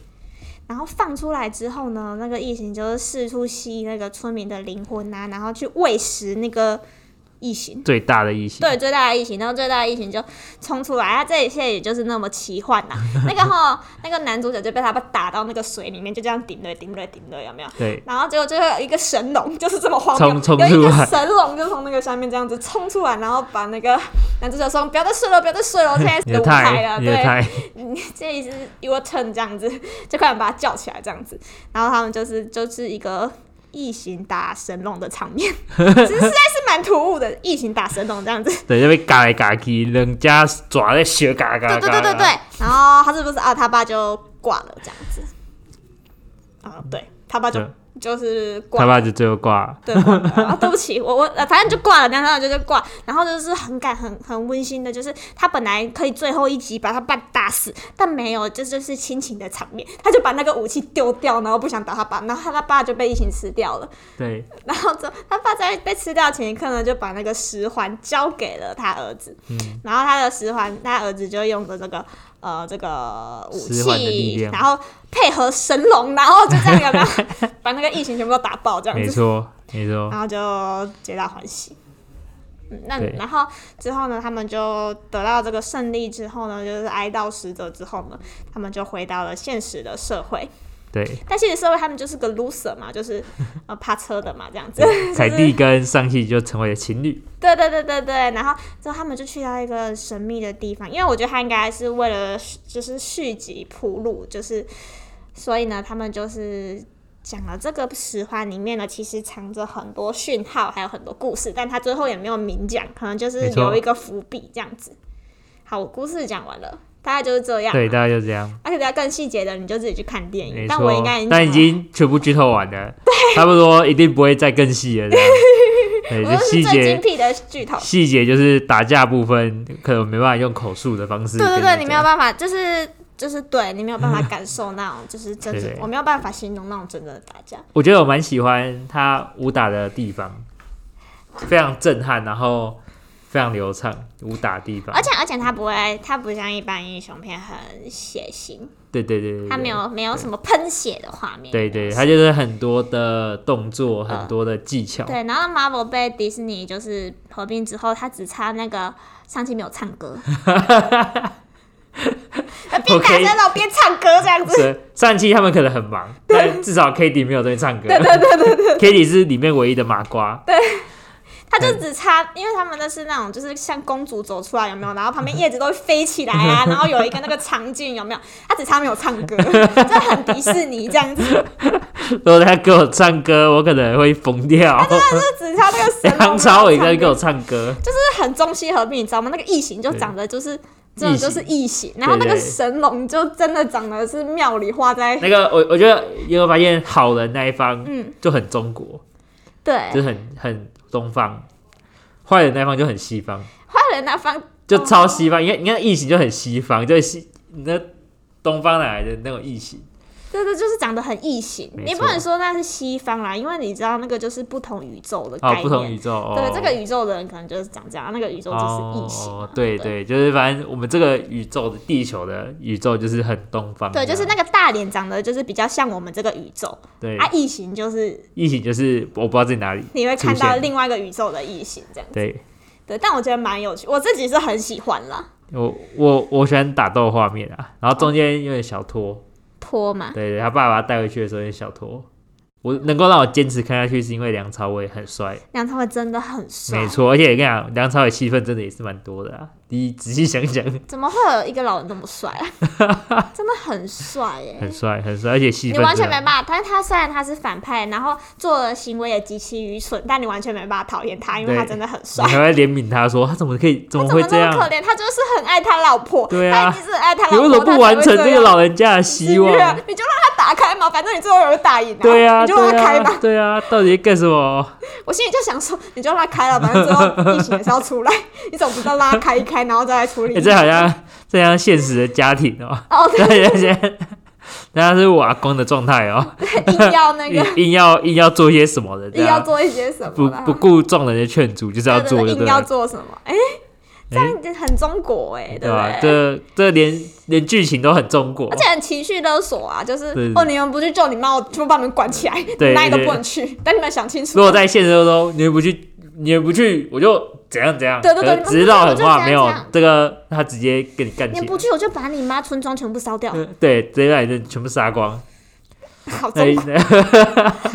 Speaker 2: 然后放出来之后呢，那个异形就是试图吸那个村民的灵魂啊，然后去喂食那个异形。
Speaker 1: 最大的异形，
Speaker 2: 对，最大的异形，然后最大的异形就冲出来，啊，这一切也就是那么奇幻呐、 那个哈，那个男主角就被他爸打到那个水里面，就这样顶对顶对顶对，有没有？
Speaker 1: 对，
Speaker 2: 然后结果就有一个神龙， 就是这么荒谬，
Speaker 1: 冲冲
Speaker 2: 有一
Speaker 1: 出来
Speaker 2: 个神龙就从那个下面这样子冲出来，然后把那个男主角说：“不要再睡了，不要再睡了，现在
Speaker 1: 你的
Speaker 2: 舞台
Speaker 1: 太，
Speaker 2: 了。”
Speaker 1: 你的
Speaker 2: 对，
Speaker 1: 太，
Speaker 2: 这一是 your turn 这样子，就快点把他叫起来这样子。然后他们就是就是一个异形打神龙的场面， 其实实在是蛮突兀的，异形打神龙这样子。
Speaker 1: 对，就被嘎来嘎去，人家爪在小嘎嘎嘎，
Speaker 2: 对对对对对，然后他是不是啊？他爸就挂了这样子。啊，对他爸就
Speaker 1: 对
Speaker 2: 就是挂
Speaker 1: 他爸就最后挂了。
Speaker 2: 对，啊，对不起，我我呃反正就挂了，然后就就挂，然后就是很感很很温馨的，就是他本来可以最后一集把他爸打死，但没有，这就是亲情的场面，他就把那个武器丢掉，然后不想打他爸，然后他他爸就被疫情吃掉了，
Speaker 1: 对，
Speaker 2: 然后之后他爸在被吃掉前一刻呢，就把那个十环交给了他儿子，
Speaker 1: 嗯，
Speaker 2: 然后他的十环，他儿子就用着这个呃这个武
Speaker 1: 十环的力
Speaker 2: 器，
Speaker 1: 量
Speaker 2: 然后配合神龙，然后就这样有没有把那个疫情全部都打啊爆这啊样
Speaker 1: 没
Speaker 2: 子？
Speaker 1: 错，没错。
Speaker 2: 然后就皆大欢喜。嗯，那
Speaker 1: 对
Speaker 2: 然后之后呢，他们就得到这个胜利之后呢，就是哀悼死者之后呢，他们就回到了现实的社会。
Speaker 1: 对，
Speaker 2: 但现实社会他们就是个 loser 嘛，就是呃趴车的嘛，这样子。
Speaker 1: 凯蒂跟上戏就成为了情侣。
Speaker 2: 对对对对对。然后之后他们就去到一个神秘的地方，因为我觉得他应该是为了就是续集铺路，就是所以呢，他们就是。讲了这个实话里面呢，其实藏着很多讯号，还有很多故事，但他最后也没有明讲，可能就是
Speaker 1: 没错
Speaker 2: 留一个伏笔这样子。好，我故事讲完了，大概就是这样。
Speaker 1: 对，大概就这样，
Speaker 2: 而且比较更细节的，你就自己去看电影。
Speaker 1: 没
Speaker 2: 但我应
Speaker 1: 错
Speaker 2: 该已经。
Speaker 1: 但已
Speaker 2: 讲完
Speaker 1: 经全部剧透完了，差不多一定不会再更细了。这 样对，
Speaker 2: 我
Speaker 1: 就
Speaker 2: 都
Speaker 1: 细
Speaker 2: 是最精
Speaker 1: 节
Speaker 2: 辟的剧透。
Speaker 1: 细节就是打架部分，可能没办法用口述的方式跟
Speaker 2: 对
Speaker 1: 讲。嗯
Speaker 2: 对对，你没有办法，就是就是对你没有办法感受那种就是真
Speaker 1: 对
Speaker 2: 实
Speaker 1: 对，
Speaker 2: 我没有办法形容那种真正的打架。
Speaker 1: 我觉得我蛮喜欢他武打的地方，非常震撼，然后非常流畅，武打地方
Speaker 2: 而。且而且他不会，他不像一般英雄片很血腥，
Speaker 1: 对对对对对，
Speaker 2: 他没有没有什么喷血的画面。
Speaker 1: 对对，他就是很多的动作，很多的技巧。
Speaker 2: 呃 对，然后 Marvel 被迪士尼就是合并之后，他只差那个上期没有唱 歌，边打
Speaker 1: OK
Speaker 2: 架然后边唱歌这样子。
Speaker 1: 是上期他们可能很忙，但至少 k a t i e 没有在唱歌。对对对对 k a t i e 是里面唯一的麻瓜。
Speaker 2: 他就只差，因为他们那是那种就是像公主走出来有没有？然后旁边叶子都会飞起 来啊，然后有一个那个场景有没有？他只差没有唱歌，就很迪士尼这样子，
Speaker 1: 如果他给我唱歌，我可能会疯掉。
Speaker 2: 就只差那个神龙
Speaker 1: 梁朝伟
Speaker 2: 没
Speaker 1: 在
Speaker 2: 有唱歌
Speaker 1: 给我唱歌，
Speaker 2: 就是很中西合璧，你知道吗？那个异形就长得就是。真的就是异形，然后那
Speaker 1: 对
Speaker 2: 个
Speaker 1: 对
Speaker 2: 神龙就真的长得是庙里画在
Speaker 1: 那个我我觉得有没有发现好人那一方
Speaker 2: 嗯
Speaker 1: 就很中国，
Speaker 2: 对
Speaker 1: 就是很很东方；坏人那一方就很西方，
Speaker 2: 坏人那方
Speaker 1: 就超西方。你看你看异形就很西方，就是西你那东方哪来的那种异形？
Speaker 2: 对对，就是长得很异形。
Speaker 1: 没
Speaker 2: 你不
Speaker 1: 错
Speaker 2: 能说那是西方啦，因为你知道那个就是不同宇宙的概
Speaker 1: 哦，
Speaker 2: 念。
Speaker 1: 不同宇宙。哦、
Speaker 2: 对，这个宇宙的人可能就是长这样，那个宇宙就是异形嘛、
Speaker 1: 哦。对
Speaker 2: 对
Speaker 1: 对，就是反正我们这个宇宙的地球的宇宙就是很东方这
Speaker 2: 对
Speaker 1: 样，
Speaker 2: 就是那个大脸长得就是比较像我们这个宇宙，
Speaker 1: 对
Speaker 2: 啊，异形就是
Speaker 1: 异形就是我不知道在哪里。
Speaker 2: 你会看
Speaker 1: 出
Speaker 2: 到
Speaker 1: 现
Speaker 2: 另外一个宇宙的异形这样。
Speaker 1: 对
Speaker 2: 对，但我觉得蛮有趣，我自己是很喜欢啦。
Speaker 1: 我我我喜欢打斗画面啊，然后中间有点小拖，
Speaker 2: 坡嘛，
Speaker 1: 对对，他爸爸带回去的时候有点小拖。我能够让我坚持看下去，是因为梁朝伟很帅，
Speaker 2: 梁朝伟真的很帅
Speaker 1: 没，错。而且跟你讲，梁朝伟戏份真的也是蛮多的啊。你仔细想想，
Speaker 2: 怎么会有一个老人这么帅啊？ 真的很帅耶、
Speaker 1: 很帅，很帅，而且戏
Speaker 2: 你
Speaker 1: 份
Speaker 2: 完
Speaker 1: 真
Speaker 2: 全
Speaker 1: 的
Speaker 2: 没办法，但是他虽然他是反派，然后做的行为也极其愚蠢，但你完全没办法讨厌他，因为
Speaker 1: 对
Speaker 2: 他真的很帅
Speaker 1: 你。还会怜悯他说他怎么可以怎
Speaker 2: 他
Speaker 1: 么
Speaker 2: 怎
Speaker 1: 会
Speaker 2: 么那
Speaker 1: 这
Speaker 2: 么
Speaker 1: 样？
Speaker 2: 可怜？他就是很爱他老婆，
Speaker 1: 对
Speaker 2: 他
Speaker 1: 啊
Speaker 2: 一直很爱他
Speaker 1: 你
Speaker 2: 老
Speaker 1: 为
Speaker 2: 婆。
Speaker 1: 什么不完成这个老人家的希
Speaker 2: 他才会这样
Speaker 1: 望
Speaker 2: 是？啊？你就让他打开嘛，反正你最后有人打赢、啊。
Speaker 1: 对啊，
Speaker 2: 你就让
Speaker 1: 对
Speaker 2: 他开吧。
Speaker 1: 啊，对啊，到底干什么？
Speaker 2: 我心里就想说，你就让他开了，反正 最后疫情也是要出来，你总不知道让他开一开，然后再来处理。
Speaker 1: 哎、这好像这像现实的家庭哦、
Speaker 2: 哦，对，
Speaker 1: 那那些那是我阿公的状态哦，
Speaker 2: 硬 要那个，
Speaker 1: 硬硬要硬要做些什么的，这
Speaker 2: 硬要
Speaker 1: 样
Speaker 2: 做一些什
Speaker 1: 不
Speaker 2: 么啦，
Speaker 1: 不顾众人的劝阻，就是要
Speaker 2: 对对
Speaker 1: 做
Speaker 2: 对
Speaker 1: 就
Speaker 2: 硬
Speaker 1: 对
Speaker 2: 要
Speaker 1: 了，
Speaker 2: 做什么？哎、这
Speaker 1: 哎
Speaker 2: 样很中国哎、对
Speaker 1: 对
Speaker 2: 不
Speaker 1: 吧？
Speaker 2: 对？
Speaker 1: 这这连连剧情都很中国
Speaker 2: 而，且很情绪勒索啊，就是
Speaker 1: 对对
Speaker 2: 哦，你们不去救你妈，我全部把你们关起来，
Speaker 1: 对
Speaker 2: 哪里都
Speaker 1: 对
Speaker 2: 不能去。但你们想清楚，
Speaker 1: 如果在现实当中你们不去，你们不去，我就怎样怎样，
Speaker 2: 对对对
Speaker 1: 可
Speaker 2: 你
Speaker 1: 是
Speaker 2: 们
Speaker 1: 只是绕狠
Speaker 2: 不
Speaker 1: 话，
Speaker 2: 去
Speaker 1: 没
Speaker 2: 我
Speaker 1: 有
Speaker 2: 就这样
Speaker 1: 这个他直接跟你干
Speaker 2: 你
Speaker 1: 起来
Speaker 2: 们不。去，我就把你妈村庄全部烧掉，
Speaker 1: 嗯对，直接把你的全部杀光，
Speaker 2: 好
Speaker 1: 那
Speaker 2: 中国，
Speaker 1: 那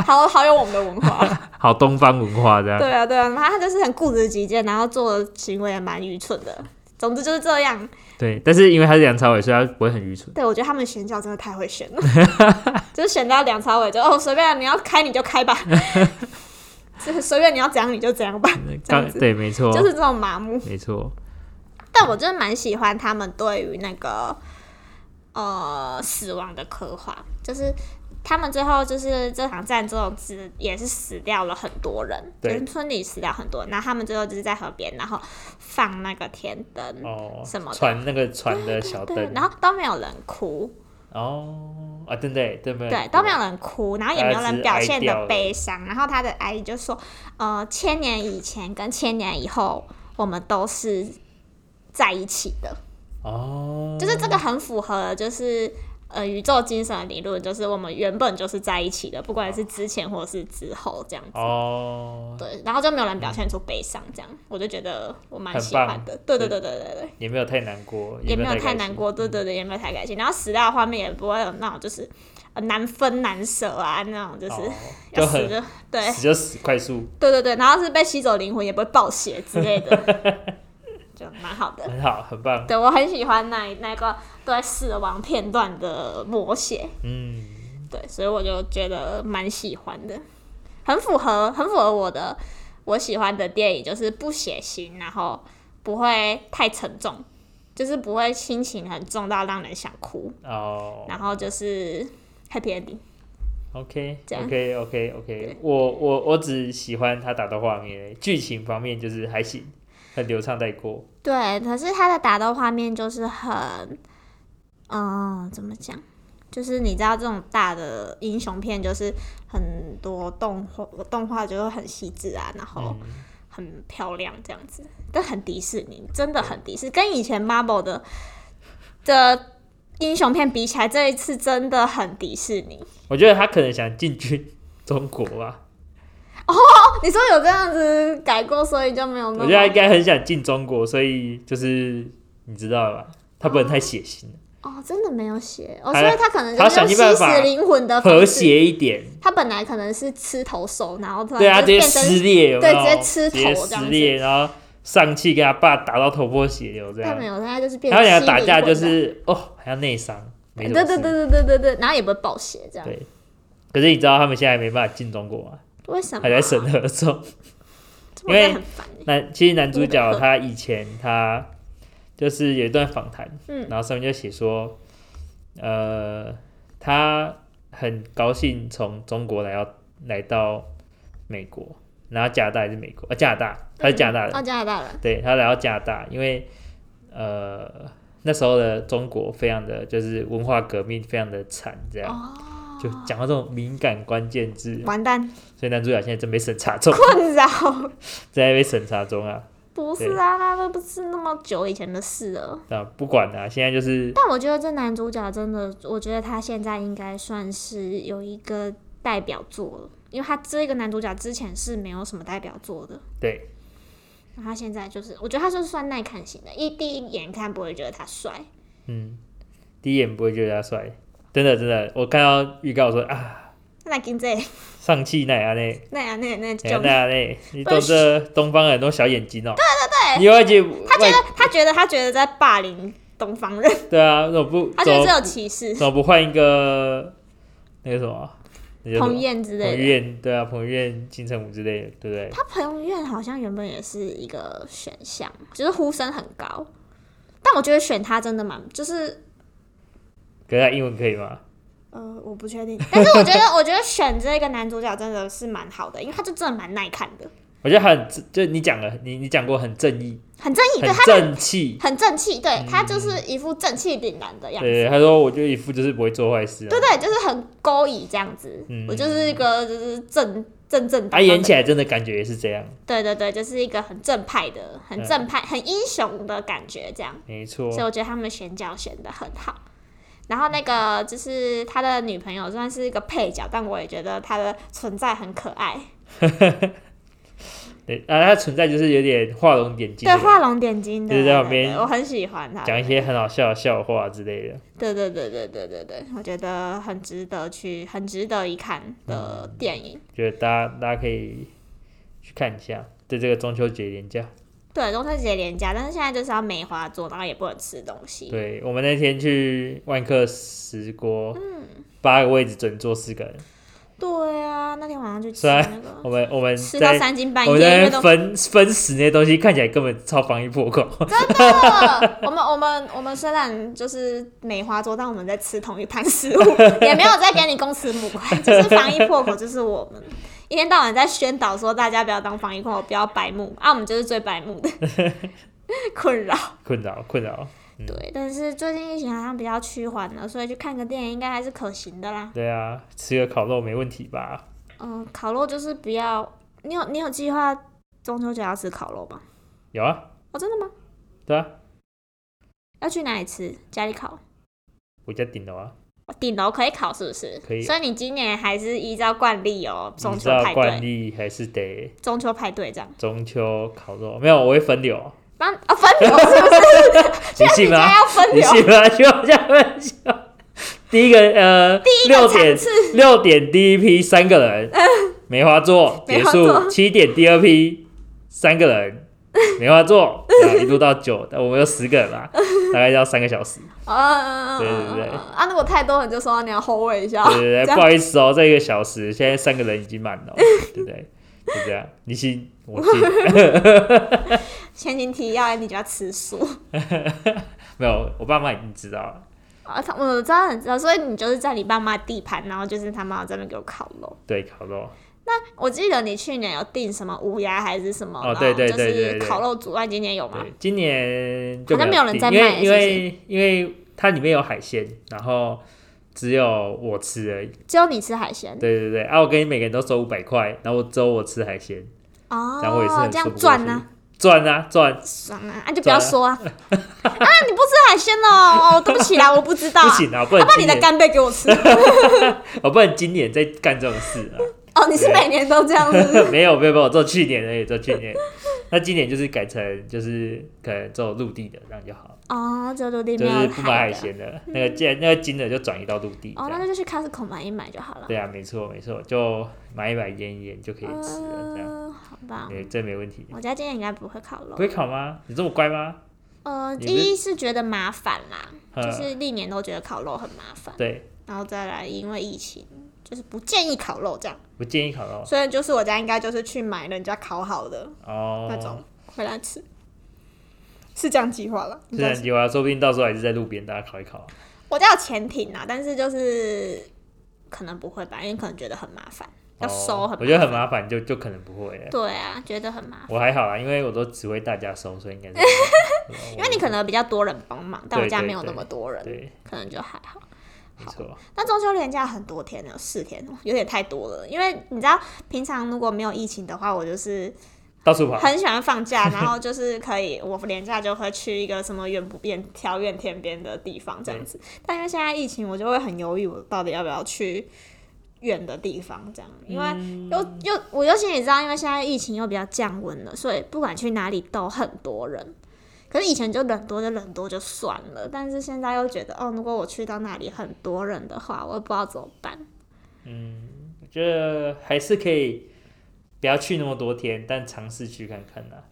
Speaker 2: 好好有我们的 文化。
Speaker 1: 好东方文化这样。
Speaker 2: 对啊，对啊，他就是很固执己见，然后做的行为也蛮愚蠢的。总之就是这样。
Speaker 1: 对，但是因为他是梁朝伟，所以他不会很愚蠢。
Speaker 2: 对，我觉得他们选角真的太会选了，就是选到梁朝伟就哦随便啊、你要开你就开吧，就是随便你要怎样你就怎样吧，这样
Speaker 1: 刚
Speaker 2: 子
Speaker 1: 对，没错，
Speaker 2: 就是这种麻木。
Speaker 1: 没错，
Speaker 2: 但我真的蛮喜欢他们对于那个呃死亡的刻画，就是他们最后就是这场战争之也是死掉了很多人，就
Speaker 1: 对
Speaker 2: 是村里死掉很多人，然后他们最后就是在河边，然后放那个天灯，
Speaker 1: 哦，
Speaker 2: 什么的
Speaker 1: 船那个船的小灯，
Speaker 2: 对，然后都没有人哭，
Speaker 1: 哦啊，对对对，没有
Speaker 2: 对，都没有人哭，然后也没有人
Speaker 1: 大家
Speaker 2: 表现
Speaker 1: 只是哀掉
Speaker 2: 的
Speaker 1: 了
Speaker 2: 悲伤。然后他的阿姨就说：“呃，千年以前跟千年以后，我们都是在一起的。
Speaker 1: 哦，
Speaker 2: 就是这个很符合，就是呃宇宙精神的理论，就是我们原本就是在一起的，不管是之前或是之后这样子。
Speaker 1: 哦，
Speaker 2: 对，然后就没有人表现出悲伤，这样我就觉得我蛮
Speaker 1: 很
Speaker 2: 喜欢
Speaker 1: 棒
Speaker 2: 的。对对对对对对，
Speaker 1: 也没有太难过，
Speaker 2: 也没有
Speaker 1: 有
Speaker 2: 太
Speaker 1: 太嗯
Speaker 2: 难过，对对对，也没有太开心。然后死掉的画面也不会有那种就是呃难分难舍啊那种，就
Speaker 1: 开
Speaker 2: 是
Speaker 1: 心，哦
Speaker 2: 要
Speaker 1: 就
Speaker 2: 死
Speaker 1: 很
Speaker 2: 就对
Speaker 1: 死就死，快速，
Speaker 2: 对对对，然后是被吸走灵魂，也不会暴血之类的， 就蛮好的。
Speaker 1: 很好，很棒，
Speaker 2: 对我很喜欢那那个对死亡片段的摹写，
Speaker 1: 嗯，
Speaker 2: 对，所以我就觉得蛮喜欢的，很符合很符合我的我喜欢的电影，就是不血腥，然后不会太沉重，就是不会心情很重到让人想哭，
Speaker 1: 哦
Speaker 2: 然后就是 happy ending。
Speaker 1: ，OK
Speaker 2: 这样
Speaker 1: OK OK OK，我我我只喜欢他打斗画面，剧情方面就是还行，很流畅带过，
Speaker 2: 对，可是它的打斗画面就是很，嗯、怎么讲？就是你知道这种大的英雄片，就是很多动画动画就会很细致啊，然后
Speaker 1: 嗯，
Speaker 2: 很漂亮这样子，但很迪士尼，真的很迪士尼，跟以前 Marvel 的的英雄片比起来，这一次真的很迪士尼。
Speaker 1: 我觉得他可能想进军中国吧，
Speaker 2: 哦你说有这样子改过，所以就没有那
Speaker 1: 我觉得他应
Speaker 2: 么
Speaker 1: 该很想进中国，所以就是你知道吧，他不能太血腥。
Speaker 2: 哦，真的没有写哦，
Speaker 1: 他
Speaker 2: 所以他可能就
Speaker 1: 他
Speaker 2: 是
Speaker 1: 想
Speaker 2: 用
Speaker 1: 尽办
Speaker 2: 吸
Speaker 1: 法
Speaker 2: 食灵魂的方
Speaker 1: 和
Speaker 2: 式
Speaker 1: 谐一点，
Speaker 2: 他本来可能是吃头手，然后突然
Speaker 1: 对啊，
Speaker 2: 就
Speaker 1: 直接
Speaker 2: 变
Speaker 1: 撕
Speaker 2: 成，
Speaker 1: 裂，有没
Speaker 2: 对
Speaker 1: 有
Speaker 2: 直接吃
Speaker 1: 直接
Speaker 2: 头这样
Speaker 1: 撕
Speaker 2: 子
Speaker 1: 裂，然后上气跟他爸打到头破血流这
Speaker 2: 他
Speaker 1: 样
Speaker 2: 没，有，他就是变
Speaker 1: 然后
Speaker 2: 成
Speaker 1: 两
Speaker 2: 吸
Speaker 1: 个打架
Speaker 2: 灵魂
Speaker 1: 就
Speaker 2: 的
Speaker 1: 是哦，还要内伤，没
Speaker 2: 对
Speaker 1: 什么
Speaker 2: 对对
Speaker 1: 事
Speaker 2: 对对对对，然后也不会暴血这样，
Speaker 1: 对可是你知道他们现在没办法进中国啊，
Speaker 2: 为什么啊？
Speaker 1: 还在审核中。
Speaker 2: 这我真的
Speaker 1: 因为
Speaker 2: 很烦欸
Speaker 1: 那其实男主角他以前他就是有一段访谈，
Speaker 2: 嗯
Speaker 1: 然后上面就写说，呃，他很高兴从中国来到来到美国，然后加拿大还是美国啊，加拿大，他是加拿大人，
Speaker 2: 哦，加拿大人，
Speaker 1: 对他来到加拿大，因为呃那时候的中国非常的就是文化革命非常的惨，这样、
Speaker 2: 哦，
Speaker 1: 就讲到这种敏感关键字，
Speaker 2: 完蛋，
Speaker 1: 所以男主角现在正被审查中，
Speaker 2: 困扰，
Speaker 1: 正在被审查中啊。
Speaker 2: 不是啊，那都不是那么久以前的事了。
Speaker 1: 那啊不管啦、现在就是
Speaker 2: 但我觉得这男主角真的，我觉得他现在应该算是有一个代表作了，因为他这个男主角之前是没有什么代表作的。
Speaker 1: 对
Speaker 2: 然后他现在就是，我觉得他就是算耐看型的，一第一眼看不会觉得他帅，
Speaker 1: 嗯第一眼不会觉得他帅，真的真的，我看到预告说啊，
Speaker 2: 那跟这
Speaker 1: 上气那样嘞，
Speaker 2: 那样那样
Speaker 1: 那
Speaker 2: 那
Speaker 1: 样
Speaker 2: 种，
Speaker 1: 那样嘞，你
Speaker 2: 不
Speaker 1: 都
Speaker 2: 是
Speaker 1: 这东方人都小眼睛哦、对对对，你会觉得
Speaker 2: 他觉
Speaker 1: 外
Speaker 2: 得他觉得他觉得在霸凌东方人，
Speaker 1: 对啊，怎么不
Speaker 2: 他
Speaker 1: 怎
Speaker 2: 觉
Speaker 1: 么
Speaker 2: 得这有歧视，
Speaker 1: 怎么不换一个那个什么？啊那叫什
Speaker 2: 彭
Speaker 1: 么
Speaker 2: 于晏之
Speaker 1: 彭于
Speaker 2: 类的。
Speaker 1: 晏对啊，彭于晏、金城武之类的，对不对？
Speaker 2: 他彭于晏好像原本也是一个选项，就是呼声很高，但我觉得选他真的蛮就是。
Speaker 1: 可是他英文可以吗？
Speaker 2: 呃，我不确定，但是我 觉得，我觉得选这个男主角真的是蛮好的，因为他就真的蛮耐看的，
Speaker 1: 我觉得很正，就你讲了，你你讲过很正义，嗯
Speaker 2: 很正义，对
Speaker 1: 很
Speaker 2: 他
Speaker 1: 正气。
Speaker 2: 很正气，对他就是一副正气凛然的样子。
Speaker 1: 对，他说我就一副就是不会做坏事、啊。
Speaker 2: 对对，就是很勾引这样子。
Speaker 1: 嗯
Speaker 2: 我就是一个就是正正正
Speaker 1: 他
Speaker 2: 当当
Speaker 1: 演
Speaker 2: 的，
Speaker 1: 起来真的感觉也是这样，
Speaker 2: 对对对，就是一个很正派的、
Speaker 1: 嗯
Speaker 2: 很正派、很英雄的感觉这样。
Speaker 1: 没错。
Speaker 2: 所以我觉得他们选角选的很好。然后那个就是他的女朋友，算是一个配角，但我也觉得她的存在很可爱，
Speaker 1: 对，啊，他存在就是有点画龙点睛
Speaker 2: 对，
Speaker 1: 的，
Speaker 2: 画龙点睛的，
Speaker 1: 就是在旁
Speaker 2: 对
Speaker 1: 边
Speaker 2: 对我很喜欢她。
Speaker 1: 讲一些很好笑的笑话之类的。
Speaker 2: 对对对对对对对，我觉得很值得去，很值得一看的电影。
Speaker 1: 觉得大家大家可以去看一下，在这个中秋节连假。
Speaker 2: 对，中秋节连假，但是现在就是要梅花座，然后也不能吃东西。
Speaker 1: 对我们
Speaker 2: 嗯
Speaker 1: 那天去万客石锅，八个位置准坐四个人，
Speaker 2: 对啊，那天晚上就吃
Speaker 1: 虽然
Speaker 2: 那个，
Speaker 1: 我们我们
Speaker 2: 哦吃到
Speaker 1: 在
Speaker 2: 三更半
Speaker 1: 我们
Speaker 2: 夜，因
Speaker 1: 在
Speaker 2: 为都
Speaker 1: 分分食那些东西看起来根本超防疫破口，
Speaker 2: 我们我们我们虽然就是梅花桌，但我们在吃同一盘食物，也没有在给你公吃母筷， 就是防疫破口，就是我们一天到晚在宣导说大家不要当防疫破口，不要白目啊，我们就是最白目的困扰。
Speaker 1: 困扰困扰。
Speaker 2: 对，但是最近疫情好像比较趋缓了，所以去看个电影应该还是可行的啦。
Speaker 1: 对啊，吃个烤肉没问题吧？
Speaker 2: 嗯，烤肉就是不要，你有你有计划中秋节要吃烤肉吗？
Speaker 1: 有啊，
Speaker 2: 哦，真的吗？
Speaker 1: 对啊，
Speaker 2: 要去哪里吃？家里烤？
Speaker 1: 我家顶楼啊，
Speaker 2: 顶楼可以烤是不是？
Speaker 1: 可以
Speaker 2: 所以你今年还是依照惯例哦，中
Speaker 1: 你知
Speaker 2: 秋
Speaker 1: 道
Speaker 2: 派
Speaker 1: 惯
Speaker 2: 对，
Speaker 1: 例还是得
Speaker 2: 中秋派对这样。
Speaker 1: 中秋烤肉，没有我会分流，
Speaker 2: 帮啊分流是不是？
Speaker 1: 你信
Speaker 2: 现 在
Speaker 1: 吗？
Speaker 2: 要分
Speaker 1: 你
Speaker 2: 流，
Speaker 1: 信吗？去我家分 流。第一个呃，
Speaker 2: 第一
Speaker 1: 六
Speaker 2: 个
Speaker 1: 点
Speaker 2: 场次
Speaker 1: 六点第一批三个人，梅花座结
Speaker 2: 梅花座
Speaker 1: 束，七点第二批三个 人，梅花座，然后一路到九，我们有十个人 嘛，大概要三个小时。
Speaker 2: 嗯嗯嗯
Speaker 1: 对对
Speaker 2: 嗯嗯
Speaker 1: 对
Speaker 2: 嗯啊，如果太多人就说你要后位一下，
Speaker 1: 对对对，
Speaker 2: 这样
Speaker 1: 不好意思哦，这一个小时现在三个人已经满 了，对不对？就这样，你信我信，
Speaker 2: 前情提要，你就要吃素
Speaker 1: 没有，我爸妈已经知道了。
Speaker 2: 啊。他我知道，你知道，所以你就是在你爸妈地盘，然后就是他妈在那边给我烤肉。
Speaker 1: 对，烤肉，
Speaker 2: 我记得你去年有订什么乌鸦还是什么，
Speaker 1: 哦对对对对
Speaker 2: 然后就
Speaker 1: 对
Speaker 2: 是烤肉主外，今年有吗？
Speaker 1: 对，今年就
Speaker 2: 好像没有人
Speaker 1: 订
Speaker 2: 在
Speaker 1: 因为因
Speaker 2: 卖是不
Speaker 1: 为因为它里面有海鲜，然后只有我吃而已。
Speaker 2: 只有你吃海鲜
Speaker 1: 对对对，啊，我给你每个人都收五百块，然后只有我吃海鲜，
Speaker 2: 哦
Speaker 1: 然后我也是很
Speaker 2: 这
Speaker 1: 说
Speaker 2: 样
Speaker 1: 不过
Speaker 2: 赚
Speaker 1: 去
Speaker 2: 呢、
Speaker 1: 赚啊赚，
Speaker 2: 爽啊！啊，就不要说啊！ 啊，你不吃海鲜哦？哦，对不起 啦，我不知道、啊。
Speaker 1: 不行啊，不能
Speaker 2: 要把
Speaker 1: 今
Speaker 2: 你的
Speaker 1: 年，
Speaker 2: 干贝给 我吃。
Speaker 1: 我不能今年再干这种事啊。
Speaker 2: 哦，你是
Speaker 1: 对
Speaker 2: 每年都这样子？
Speaker 1: 没有没有没有，做去年而已，做去年。 那今年就是改成就是可能做陆地的，这样就好，
Speaker 2: 哦，这陆地
Speaker 1: 就
Speaker 2: 没有
Speaker 1: 是不买海
Speaker 2: 的。
Speaker 1: 鲜的，那个金那个金额就转移到陆地。
Speaker 2: 哦，
Speaker 1: 这
Speaker 2: 那
Speaker 1: 样
Speaker 2: 就去 Costco 买一买就好了。
Speaker 1: 对啊，没错没错，就买一买腌一腌就可以吃了，这样
Speaker 2: 嗯，好吧。
Speaker 1: 对，这没问题。
Speaker 2: 我家今天应该不会烤
Speaker 1: 不
Speaker 2: 肉。
Speaker 1: 会烤吗？你这么乖吗？
Speaker 2: 呃，
Speaker 1: 你不是
Speaker 2: 一是觉得麻烦啦，就
Speaker 1: 呃
Speaker 2: 是历年都觉得烤肉很麻烦，
Speaker 1: 对，
Speaker 2: 然后再来因为疫情，就是不建议烤肉这样。
Speaker 1: 不建议烤肉
Speaker 2: 所以就是我家应该就是去买人家烤好的那
Speaker 1: 哦
Speaker 2: 种。回来吃，是这样计划了。
Speaker 1: 自然计划，说不定到时候还是在路边大家烤一烤。
Speaker 2: 我家有潜艇啊，但是就是可能不会吧，因为可能觉得很麻烦，要收
Speaker 1: 哦
Speaker 2: 很麻烦、
Speaker 1: 我觉得很麻烦，就就可能不会。
Speaker 2: 对啊，觉得很麻烦，
Speaker 1: 我还好啦，因为我都只会大家收，所以应 该是。
Speaker 2: 因为你可能比较多人帮忙，但我
Speaker 1: 对
Speaker 2: 家
Speaker 1: 对
Speaker 2: 没有那
Speaker 1: 对
Speaker 2: 么多人，
Speaker 1: 对，
Speaker 2: 可能就还好。
Speaker 1: 没错。
Speaker 2: 那中秋连假很多天呢，有四天，哦有点太多了。因为你知道，平常如果没有疫情的话，我就是
Speaker 1: 到处跑，
Speaker 2: 很喜欢放假，然后就是可以，我连假就会去一个什么远不变、挑远天边的地方这样子。但因为现在疫情，我就会很犹豫，我到底要不要去远的地方这样，因为又又我尤其你知道，因为现在疫情又比较降温了，所以不管去哪里都很多人。可是以前就人多就人多就算了，但是现在又觉得哦，如果我去到那里很多人的话，我也不知道怎么办。
Speaker 1: 我觉得还是可以不要去那么多天，但尝试去看看啦。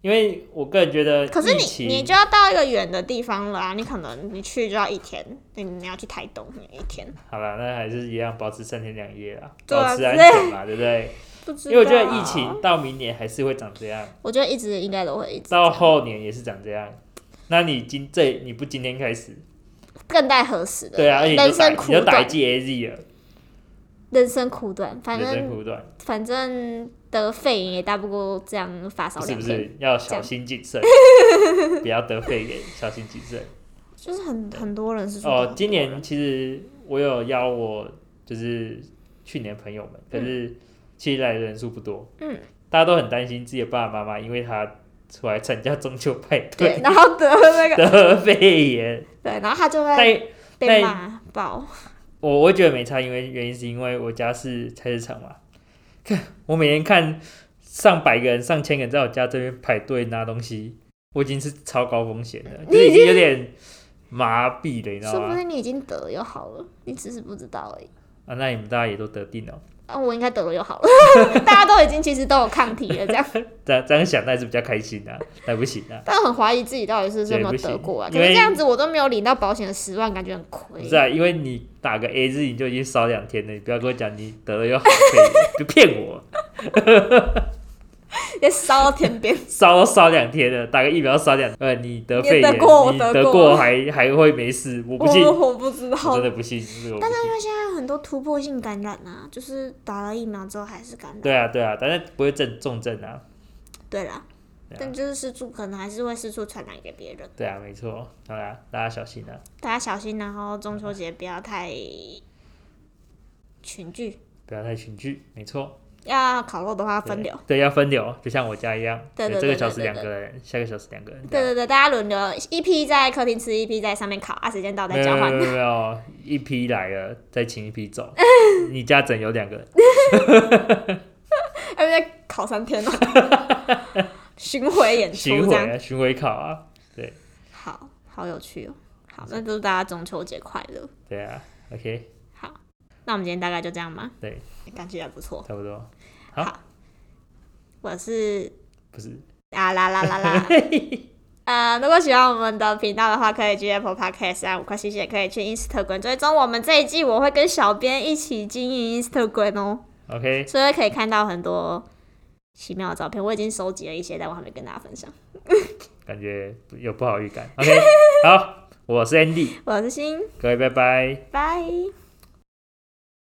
Speaker 1: 因为我个人觉得，
Speaker 2: 可是
Speaker 1: 疫
Speaker 2: 你
Speaker 1: 情
Speaker 2: 你就要到一个远的地方了啊，你可能你去就要一天，你你要去台东你一天，
Speaker 1: 好啦，那还是一样保持三天两夜啦，
Speaker 2: 对啊
Speaker 1: 保持安全嘛，对不 对？
Speaker 2: 不知
Speaker 1: 因
Speaker 2: 道。
Speaker 1: 为
Speaker 2: 啊
Speaker 1: 我觉得疫，情到明年还是会长这样，
Speaker 2: 我觉得一直应该都会一直
Speaker 1: 到后年也是长这样。那你今这你不今天开始？
Speaker 2: 更待何时的？
Speaker 1: 对啊，而且你
Speaker 2: 人
Speaker 1: 就打
Speaker 2: 生
Speaker 1: 你
Speaker 2: 苦
Speaker 1: 就打一
Speaker 2: 短，
Speaker 1: 剂 A Z 了，
Speaker 2: 人生苦短，反
Speaker 1: 人生
Speaker 2: 正
Speaker 1: 苦短，
Speaker 2: 反正得肺炎也大不过这样发烧
Speaker 1: 是
Speaker 2: 两
Speaker 1: 不
Speaker 2: 天，
Speaker 1: 是要小心谨慎？ 不要得肺炎，小心谨慎。
Speaker 2: 就是很很多人是说
Speaker 1: 哦，今年其实我有邀我就是去年朋友们，可是其实来的人数不多，
Speaker 2: 嗯，
Speaker 1: 大家都很担心自己的爸爸妈妈，因为他出来参加中秋派
Speaker 2: 对
Speaker 1: 对，
Speaker 2: 然后得那个
Speaker 1: 得肺炎，
Speaker 2: 对，然后他就会
Speaker 1: 但那
Speaker 2: 被骂爆，
Speaker 1: 我我觉得没差，因为原因是因为我家是菜市场嘛，看我每天看上百个人、上千个人在我家这边排队拿东西，我已经是超高风险的，就是已经有点麻痹了，你知道
Speaker 2: 说不
Speaker 1: 吗？
Speaker 2: 定你已经得又好了，你只是不知道而已。
Speaker 1: 啊，那你们大家也都得病了。
Speaker 2: 呃我应该得了就好了。 大家都已经其实都有抗体了，这样，
Speaker 1: 这样这样想那还是比较开心 的、啊，那不行啊。
Speaker 2: 但很怀疑自己到底是不是有没有得过啊。可
Speaker 1: 对不行
Speaker 2: 是这
Speaker 1: 因为
Speaker 2: 样子我都没有领到保险的十万，感觉很
Speaker 1: 不
Speaker 2: 亏。
Speaker 1: 是啊，因为你打个 A 字，你就已经烧两天了，你不要跟我讲你得了又好，可以就骗 我，
Speaker 2: 也烧到天边，
Speaker 1: 烧都烧两天了，打个疫苗烧两，呃，你得
Speaker 2: 你
Speaker 1: 肺炎，
Speaker 2: 得过我
Speaker 1: 你
Speaker 2: 得
Speaker 1: 得
Speaker 2: 过哦
Speaker 1: 过还还会没事， 我不信，
Speaker 2: 我
Speaker 1: 我
Speaker 2: 我不知道。
Speaker 1: 真的不信，这个我不
Speaker 2: 但是
Speaker 1: 信
Speaker 2: 因为现在很多突破性感染啊，就是打了疫苗之后还是感染。
Speaker 1: 对啊对啊，但是不会症重症啊，
Speaker 2: 对啦，
Speaker 1: 对啊
Speaker 2: 但就是四处可能还是会四处传染给别人，
Speaker 1: 对啊，没错，好啦，大家小心啊，
Speaker 2: 大家小心。然后中秋节不要太群聚，
Speaker 1: 不要太群聚，没错。
Speaker 2: 要烤肉的话分流。
Speaker 1: 对，啊要分流，就像我家一样，
Speaker 2: 对对
Speaker 1: 这
Speaker 2: 对
Speaker 1: 个小
Speaker 2: 对
Speaker 1: 时
Speaker 2: 对
Speaker 1: 两
Speaker 2: 对
Speaker 1: 个人，下个小时两个人，
Speaker 2: 对对对，大家轮流，一批在客厅吃，一批在上面烤，啊，时间到再
Speaker 1: 没
Speaker 2: 交
Speaker 1: 有没
Speaker 2: 换
Speaker 1: 有。没有没有，一批来了，再请一批走。你家整有两个人，
Speaker 2: 要不要烤三 天哦？巡回演出
Speaker 1: 巡
Speaker 2: 这
Speaker 1: 回
Speaker 2: 样，
Speaker 1: 啊，巡回考啊，
Speaker 2: 好好有趣哦。好，那祝大家中秋节快乐。
Speaker 1: 对啊，OK，
Speaker 2: 好，那我们今天大概就这样吗？
Speaker 1: 对，
Speaker 2: 感觉还不错。
Speaker 1: 差不多，好
Speaker 2: 我是
Speaker 1: 不是，
Speaker 2: 啊啦啦啦啦。 呃，如果喜欢我们的频道的话，可以去 Apple Podcast 啊按五颗星星，也可以去 Instagram 追踪我们这一季，我会跟小编一起经营 Instagram 哦，
Speaker 1: OK，
Speaker 2: 所以可以看到很多奇妙的照片。我已经收集了一些，但我还没跟大家分享。
Speaker 1: 感觉有不好预感。OK，好，我是 Andy，
Speaker 2: 我是欣，
Speaker 1: 各位拜拜。
Speaker 2: 拜。